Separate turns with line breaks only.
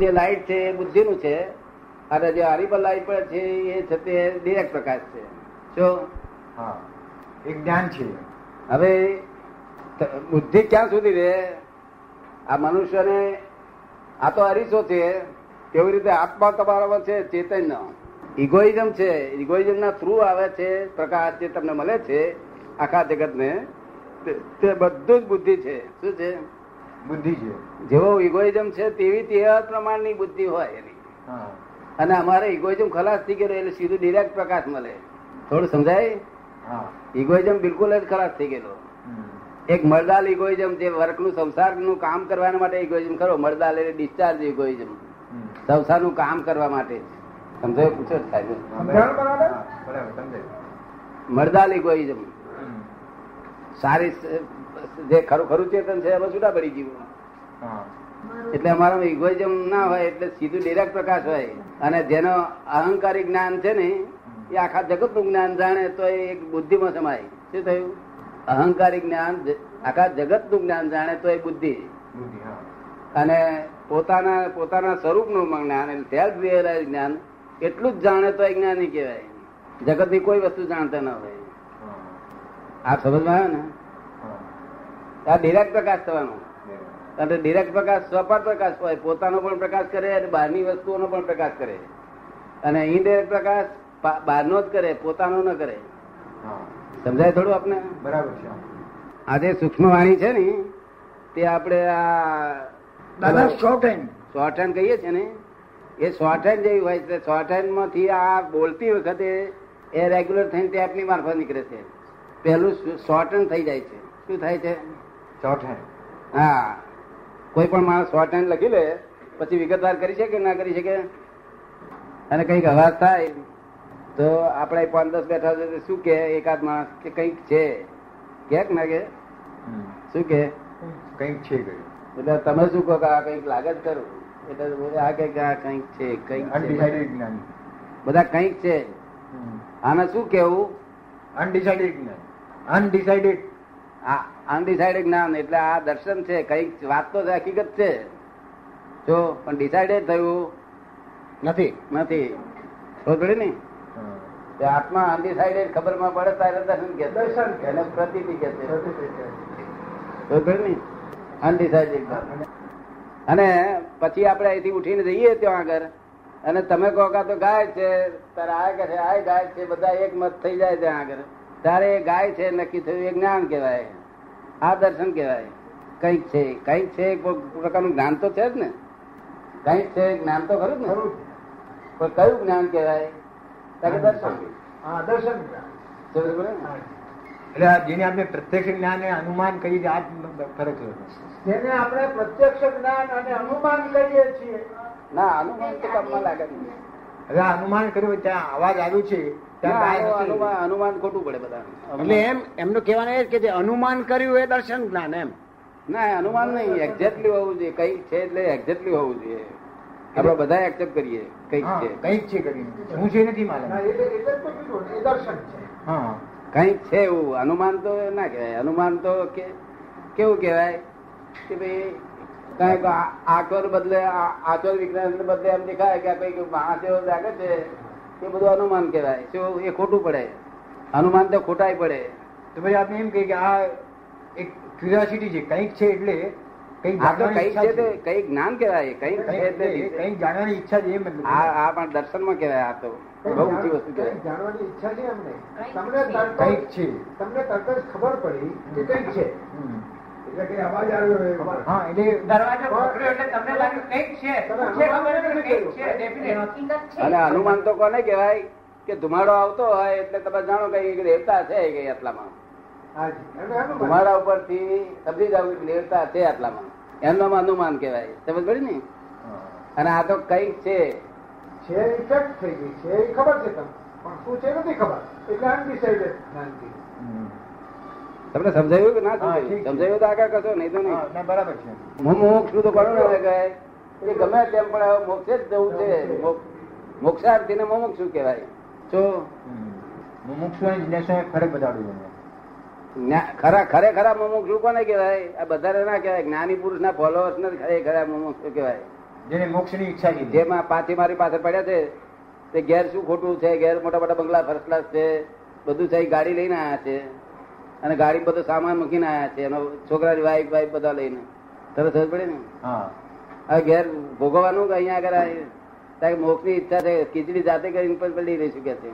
જે લાઈટ છે એ બુદ્ધિનું છે અને જે હરિબલ લાઈટ પર છે એ છે તે direct પ્રકાશ છે શું
હા એ જ્ઞાન છે
હવે ત- બુદ્ધિ ક્યાં સુધી રહે આ મનુષ્યને આ તો અરીસો છે કેવી રીતે આત્મા તમારામાં છે ચેતન ઇગોઇઝમ છે ઇગોઇઝમ ના થ્રુ આવે છે પ્રકાશ જે તમને મળે છે આખા જગતને તે- તે બધું જ બુદ્ધિ છે શું છે
બુદ્ધિ છે
જેવો ઇગોઇઝમ છે તેવી તેવા પ્રમાણની બુદ્ધિ હોય એની
હા
અને અમારે ઇગોઇઝમ ખલાસ થઈ ગયેલો એટલે સીધું ડિરેક્ટ પ્રકાશ મળે થોડું સમજાય
હા
ઇગોઇઝમ બિલકુલ જ ખલાસ થઈ ગયેલો
હમ.
એક મરદાલ ઇગોઇઝમ જે વર્કનું સંસારનું કામ કરવાના માટે ઇગોઇઝમ ખરો મરદાલ એટલે ડિસ્ચાર્જ ઇગોઇઝમ
હમ.
સંસારનું કામ કરવા માટે સમજાય પૂછો જ સાહેબ
હા,
સમજાણું બરાબર?
હા, બરાબર સમજાય
મરદાલ ઇગોઇઝમ
હમ.
સારી સ- જે ખરું ખરું ચેતન છે એમાં છૂટા પડી ગયું
હા
એટલે અમારામાં ઇગોઇઝમ ના હોય એટલે સીધું ડિરેક્ટ પ્રકાશ હોય અને જેનો અહંકારી જ્ઞાન છે ને એ આખા જગતનું જ્ઞાન જાણે તો એ એક બુદ્ધિમાં સમાય શું થયું અહંકારી જ્ઞાન જ- આખા જગતનું જ્ઞાન જાણે તો એ બુદ્ધિ
બુદ્ધિ હા
અને પોતાના પોતાના સ્વરૂપનું જ્ઞાન એટલે સેલ્ફ રિયલાઇઝ જ્ઞાન એટલું જ જાણે તો એ જ્ઞાની કહેવાય જગતની કોઈ વસ્તુ જાણતા ન હોય
હા
આ સમજમાં આવે ને
હા
આ ડિરેક્ટ પ્રકાશ થવાનો
બરાબર.
અને ડિરેક્ટ પ્રકાશ સ્વપર પ્રકાશ હોય પોતાનો પણ પ્રકાશ કરે અને બહારની વસ્તુઓનો પણ પ્રકાશ કરે અને ઇનડિરેક્ટ પ્રકાશ બા- બહારનો જ કરે પોતાનો ન કરે
હા
સમજાય થોડું આપને
બરાબર છે
આ જે સૂક્ષ્મ વાણી છે ને તે આપણે આ
દાદા શોર્ટ હેન્ડ
શોર્ટ હેન્ડ કહીએ છીએ ને એ શોર્ટ હેન્ડ જેવી હોય છે શોર્ટ હેન્ડમાંથી આ બોલતી વખતે એ રેગ્યુલર થઈને ટેપની મારફત નીકળે છે પહેલું શોર્ટ હેન્ડ થઈ જાય છે શું થાય છે
ચોથ હેન્ડ
હા કોઈ પણ માણસ શોર્ટ હેન્ડ લખી લે પછી વિગતવાર કરી શકે કે ના કરી શકે અને કંઈક અવાજ થાય તો આપણે પાંચ દસ બેઠા છે તો શું કે એકાદ માણસ કે કંઈક છે કે કે ના કે
હમ.
શું કે
કંઈક છે ગયું
એટલે તમે શું કહો કે આ કંઈક લાગે જ કરું એટલે બોલે આ કંઈક આ કંઈક છે કંઈક છે
અનડિસાઇડેડ જ્ઞાન
બધા કંઈક છે
હમ.
આને શું કેવું
અનડિસાઇડેડ જ્ઞાન અનડિસાઇડેડ
આ અનડિસાઇડેડ જ્ઞાન એટલે આ દર્શન છે કંઈક વાત તો છે, હકીકત છે જો પણ ડિસાઇડેડ થયું
નથી
નથી ખબર પડી ને
હા.
તે આત્મા અનડિસાઇડેડ ખબરમાં પડે ત્યારે દર્શન કે દર્શન કે એને પ્રતીતિ કે છે ખબર પડી ને અનડિસાઇડેડ અને પછી આપણે અહીંથી ઉઠીને જઈએ ત્યાં આગળ અને તમે કહો કા તો ગાય છે તારે આ કે છે આ ગાય છે બધા એક મત થઈ જાય ત્યાં આગળ તારે એ ગાય છે નક્કી થયું એ જ્ઞાન કહેવાય આ દર્શન કહેવાય કંઈક છે કંઈક છે એક પ્રકારનું જ્ઞાન તો છે જ ને કંઈક છે જ્ઞાન તો ખરું જ ને
ખરું
પણ કયું જ્ઞાન કહેવાય તારે દર્શન
હા દર્શન જ્ઞાન.
સમજ પડે ને?
હા.
એટલે આ જેને આપણે પ્રત્યક્ષ જ્ઞાન અને અનુમાન કહીએ છીએ, આ જ ફરક છે
જેને આપણે પ્રત્યક્ષ જ્ઞાન અને અનુમાન કરીએ છીએ
ના અનુમાન તો કામમાં લાગે જ નહીં.
હવે આ અનુમાન કર્યું હોય ત્યાં અવાજ આવ્યું છે ત્યાં
ના,
ગાય
આનું-
નથી.
અનુમાન અનુમાન ખોટું પડે બધા
એટલે એમ એમનું કહેવાનું એ જ કે જે અનુમાન કર્યું એ દર્શન જ્ઞાન એમ
ના અનુમાન નહીં એક્ઝેક્ટલી હોવું જોઈએ કઈ છે એટલે એક્ઝેક્ટલી હોવું જોઈએ આપણે બધા એક્સેપ્ટ કરીએ કઈક
હા,
છે
કંઈક છે કરીને હું છે નથી
ના,
માલે
એટલે એટલે જ તો કીધું ને, એ દર્શન છે
હા
કઈક છે એવું અનુમાન તો ના કહેવાય અનુમાન તો કે- કેવું કહેવાય કે ભાઈ કઈક આ- આચોર બદલે આ- આચોર વિજ્ઞાન બદલે એમ દેખાય કે આ કઈક માણસ એવો લાગે છે એ બધું અનુમાન કહેવાય શું એ ખોટું પડે અનુમાન તો ખોટાય પડે
તો પછી આપણે એમ કહીએ કે આ એક ક્યુરિયોસિટી છે કંઈક છે એટલે કંઈક
આ તો
જાણવાની
કઈ
ઈચ્છા
છે
છે
તે કઈ જ્ઞાન કહેવાય કઈ છે
કંઈક
એટલે
છે, કંઈક જાણવાની ઈચ્છા છે એમ મતલબ
આ આ પણ દર્શન માં કહેવાય આ તો બહુ ઊંચી વસ્તુ
કંઈક
કહેવાય
જાણવાની ઈચ્છા છે એમને
કંઈક
તમને
છે.
તરત
કંઈક
જ-
છે
તમને તરત જ ખબર પડી કે કંઈક છે
હમ.
એટલે કે અવાજ આવ્યો એ અવાજ.
હા એટલે
દરવાજો પકડ્યો એટલે તમને લાગ્યું કંઈક છે
તમે
છે
અનુમાન
ખબર
નથી
છે, કંઈક
કર્યું.
છે definite.
Working જ છે.
અને હનુમાન તો કોને કહેવાય કે ધુમાડો આવતો હોય એટલે તમે જાણો કે એક દેવતા છે કે આટલામાં
હાજી. એમને અનુમાન
ધુમાડા ઉપરથી સમજી જાવ કે દેવતા છે આટલામાં એમનું અનુમાન કહેવાય સમજ પડી ને અને આ તો કઈક છે
છે ઇફેક્ટ થઈ ગઈ છે એ ખબર છે તમને પણ શું છે નથી ખબર એટલે અનડિસાઇડેડ જ્ઞાન કીધું
હમ.
તમને સમજાયું કે ના
હા,
સમજાયું
ઠીક છે.
સમજાયું તો આગળ કશો નહીં તો
હા,
નહીં
ના, બરાબર છે
હું મોક્ષ છું તો કોણ ના કહેવાય કે ગમે તેમ પણ હવે મોક્ષે જ જવું છે મોક્ષ- મોક્ષાર્થીને મોમોક્ષુ કહેવાય જો
હમ. મુમુક્ષુ અને જિજ્ઞાસુએ ફરક બતાડું તમને
જ્ઞા- ખરા ખરેખરા મોમુક્ષુ કોને કહેવાય આ બધાને ના કહેવાય જ્ઞાની પુરુષના followers ને ખરેખરા મોમુક્ષુ કહેવાય
જેને મોક્ષની ઈચ્છા કીધી
જેમાં પાછી મારી પાસે પડ્યા છે તે ઘેર શું ખોટું છે ઘેર મોટા મોટા બંગલા ફર્સ્ટ ક્લાસ છે બધું છે એ ગાડી લઈને આયા છે અને ગાડી બધો સામાન મૂકીને આયા છે એનો છોકરાની વાઈફ વાઈફ બધા લઈને તરત ખબર પડે ને
હા
હવે ઘેર ભોગવવાનું કે અહીંયા આગળ આ- કારણ કે મોક્ષની ઈચ્છા છે ખીચડી જાતે કરીને પણ લઈ લઈશું કે છે